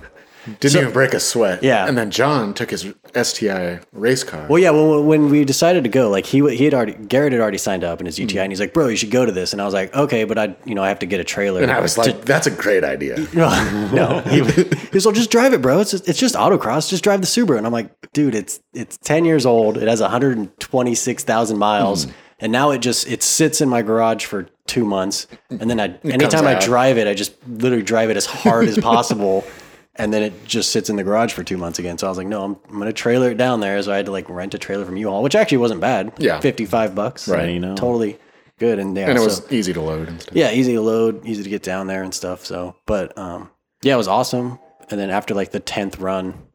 S4: didn't even break a sweat.
S5: Yeah.
S4: and then John took his STI race car.
S5: Well, yeah. When when we decided to go, like he wa- he had already Garrett had already signed up in his GTI, and he's like, "Bro, you should go to this." And I was like, "Okay, but I you know I have to get a trailer."
S4: and I was like, "That's a great idea."
S5: No, no. He, he was like, just drive it, bro. It's just, it's just autocross. Just drive the Subaru. And I'm like, dude, it's it's 10 years old. It has 126,000 miles.
S4: Hmm.
S5: And now it just it sits in my garage for two months. And then I anytime I
S4: out.
S5: drive it, I just literally drive it as hard as possible. And then it just sits in the garage for two months again. So I was like, no, I'm, I'm gonna trailer it down there. So I had to like rent a trailer from U-Haul, which actually wasn't bad.
S4: Yeah.
S5: 55 bucks.
S3: Right, you know.
S5: Totally good. And yeah,
S4: And it
S5: so-
S4: was easy to load and stuff.
S5: yeah, easy to load, easy to get down there and stuff. So, but um, yeah, it was awesome. And then after like the tenth run,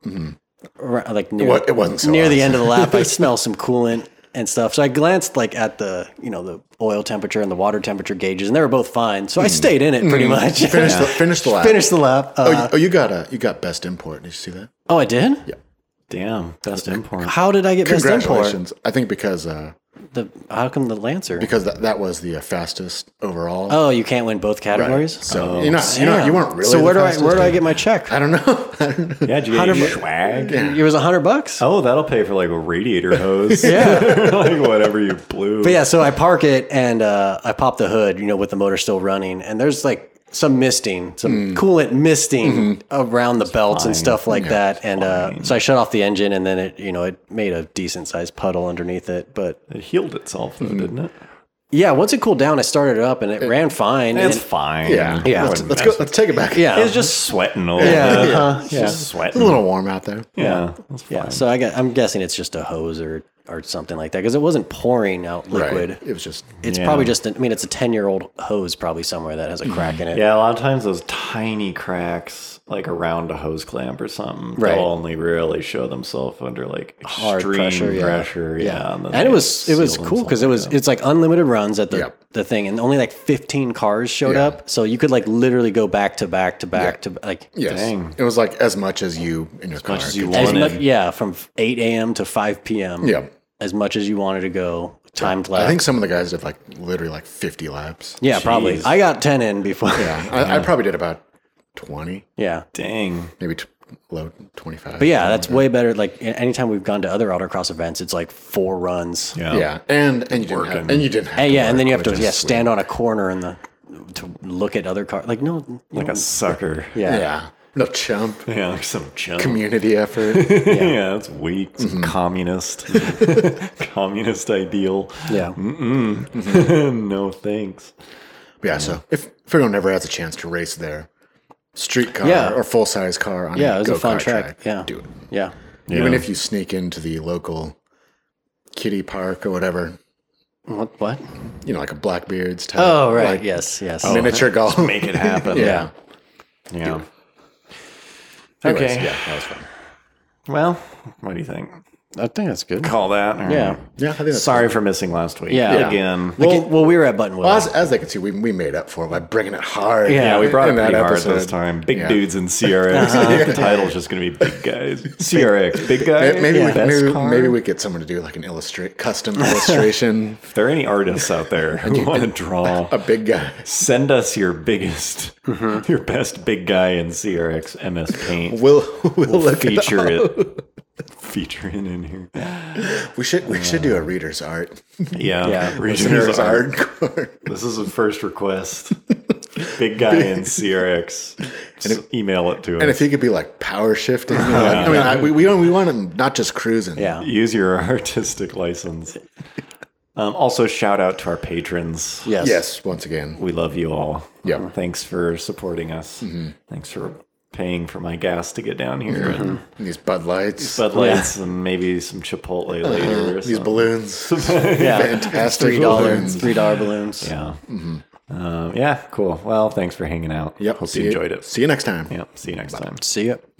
S5: ar- like near,
S4: wa- Mm-hmm. it wasn't so
S5: near the end of the lap, I smell some coolant and stuff. So I glanced like at the you know the oil temperature and the water temperature gauges, and they were both fine. So I
S4: Mm-hmm.
S5: stayed in it pretty much.
S4: Finish the finish the lap.
S5: Finished the lap. Uh,
S4: Oh, you, oh, you got a you got best import. Did you see that?
S5: oh, I did. Yeah.
S3: Damn, best import.
S5: How did I get best import?
S4: Congratulations! I think because uh,
S5: The how come the Lancer?
S4: because that, that was the uh, fastest overall.
S5: oh, you can't win both categories.
S4: So you're not, you're not, you weren't really.
S5: So
S4: the
S5: where do I
S4: fastest.
S5: where do I get my check?
S4: I don't know. I don't know.
S3: Yeah, did you get any swag?
S5: It was a hundred bucks.
S3: Oh, that'll pay for like a radiator hose.
S5: Yeah.
S3: like whatever you blew.
S5: But yeah, so I park it and uh, I pop the hood, you know, with the motor still running, and there's like some misting,
S3: Hmm.
S5: some coolant misting
S3: Mm-hmm.
S5: around the belts and stuff like that. And uh, so I shut off the engine, and then it, you know, it made a decent sized puddle underneath it. But
S3: It healed itself though, didn't it?
S5: yeah, once it cooled down, I started it up and it, ran fine. and
S3: It's
S5: it-
S3: fine.
S4: Yeah,
S5: Yeah.
S4: Let's, let's go. Let's take it back.
S5: yeah,
S3: It's just sweating a little
S5: Yeah. uh-huh.
S3: bit.
S5: Yeah.
S3: It's just sweating.
S4: It's a little warm out there.
S3: yeah. That's
S5: yeah.
S3: fine.
S5: So I got, I'm guessing it's just a hose or or something like that because it wasn't pouring out liquid.
S4: Right. It was just
S5: It's
S3: Yeah.
S5: probably just, an, I mean, it's a 10 year old hose probably somewhere that has a crack in it.
S3: Mm-hmm. Yeah, a lot of times those tiny cracks, like around a hose clamp or something,
S5: Right.
S3: they'll only really show themselves under like extreme
S5: Hard pressure,
S3: pressure.
S5: yeah.
S3: Yeah,
S5: and,
S3: then
S5: it
S3: they
S5: was it was
S3: seal
S5: cool because it was
S3: themselves
S5: it's like unlimited runs at the
S4: Yep.
S5: the thing, and only like 15 cars showed
S4: Yeah.
S5: up, so you could like literally go back to back to back to like
S4: yes.
S3: Dang.
S4: It was like as much as you in your car.
S3: much as you
S4: could-
S3: want.
S5: as
S3: Wanted.
S5: much, yeah from 8 a.m. to 5 p.m.
S4: Yeah.
S5: as much as you wanted to go timed lap.
S4: I think some of the guys did like literally like 50 laps.
S5: yeah, probably.
S3: Jeez.
S5: I got 10 in before.
S4: Yeah, I, I probably did about 20,
S5: yeah.
S3: Dang.
S4: maybe t- low 25.
S5: But yeah, that's way better. Like a- anytime we've gone to other autocross events, it's like four runs.
S3: Yeah.
S4: Yeah, and and you didn't have,
S3: Working.
S4: and you didn't have
S5: And
S4: to
S5: yeah, and then you have
S4: work,
S5: to
S4: which
S5: yeah
S4: is
S5: stand on a corner in the to look at other cars. Like no, you
S3: Like a
S5: don't-
S3: sucker.
S4: sweet.
S5: yeah.
S4: Yeah, no chump
S3: Yeah, like some chump.
S4: community effort.
S3: yeah. that's weak. Some
S4: Mm-hmm.
S3: communist. communist ideal.
S5: Yeah.
S4: hmm?
S3: no thanks.
S4: Yeah, so if, if everyone ever has a chance to race their street car
S5: Yeah.
S4: or full size car on
S5: Yeah, it
S4: a
S5: was a fun
S4: go-kart
S5: track. Yeah.
S4: do it.
S5: Yeah.
S4: Even
S3: Yeah.
S4: if you sneak into the local kitty park or whatever,
S5: What? What?
S4: you know, like a Blackbeards type.
S5: Oh, right.
S4: like
S5: yes, yes.
S4: Miniature golf.
S3: Make it happen.
S4: yeah.
S5: yeah.
S3: Yeah.
S4: Anyways,
S3: Okay.
S4: Yeah, that was fun.
S3: Well, what do you think?
S5: I think that's good.
S3: Call that? or-
S5: Yeah.
S4: Yeah, I think that's
S3: Sorry for missing last week.
S5: Yeah. Yeah.
S3: Again.
S5: Well, well, we were at Buttonwood.
S4: Well, as, as they can see, we, we made up for it by bringing it hard.
S5: Yeah,
S3: Yeah, we brought it
S4: in that
S3: pretty hard
S4: episode.
S3: this time. Big
S4: Yeah.
S3: dudes in CRX. Uh, The title's just going to be big guys. CRX, big guy.
S4: May- Maybe,
S5: Yeah.
S4: we,
S3: Best
S4: maybe,
S3: car?
S4: maybe we get someone to do like an illustrate custom illustration,
S3: If there are any artists out there who want to draw,
S4: a Mm-hmm. big guy.
S3: send us your biggest, your best big guy in CRX MS Paint.
S4: We'll we'll,
S3: We'll
S4: look. It.
S3: feature it. Feature it in here.
S4: up. We should we should do a reader's art,
S3: Yeah.
S5: Yeah.
S3: Readers
S4: reader's
S3: are-
S4: art. corner.
S3: This is the first request. big guy in CRX. S- email it to us.
S4: and if you could be like power shifting, you know, like- I mean, I, we, we don't we want him not just cruising.
S5: yeah.
S3: Use your artistic license. Um, also, shout out to our patrons.
S5: Yes.
S4: Yes. Once again,
S3: We love you all.
S4: Yeah. Mm-hmm.
S3: Thanks for supporting us. Thanks for paying for my gas to get down here and
S4: these Bud Lights,
S3: Bud Lights and maybe some Chipotle later. Or
S4: Uh, these
S3: something.
S4: balloons,
S5: Yeah.
S4: fantastic
S5: Dollars,
S4: balloons.
S5: three dollar balloons.
S3: Yeah. Um, yeah. Cool. Well, thanks for hanging out.
S4: Mm-hmm. Yep.
S3: Hope
S4: see
S3: you enjoyed it.
S4: See you next time.
S3: Yep. See you next time.
S5: See it.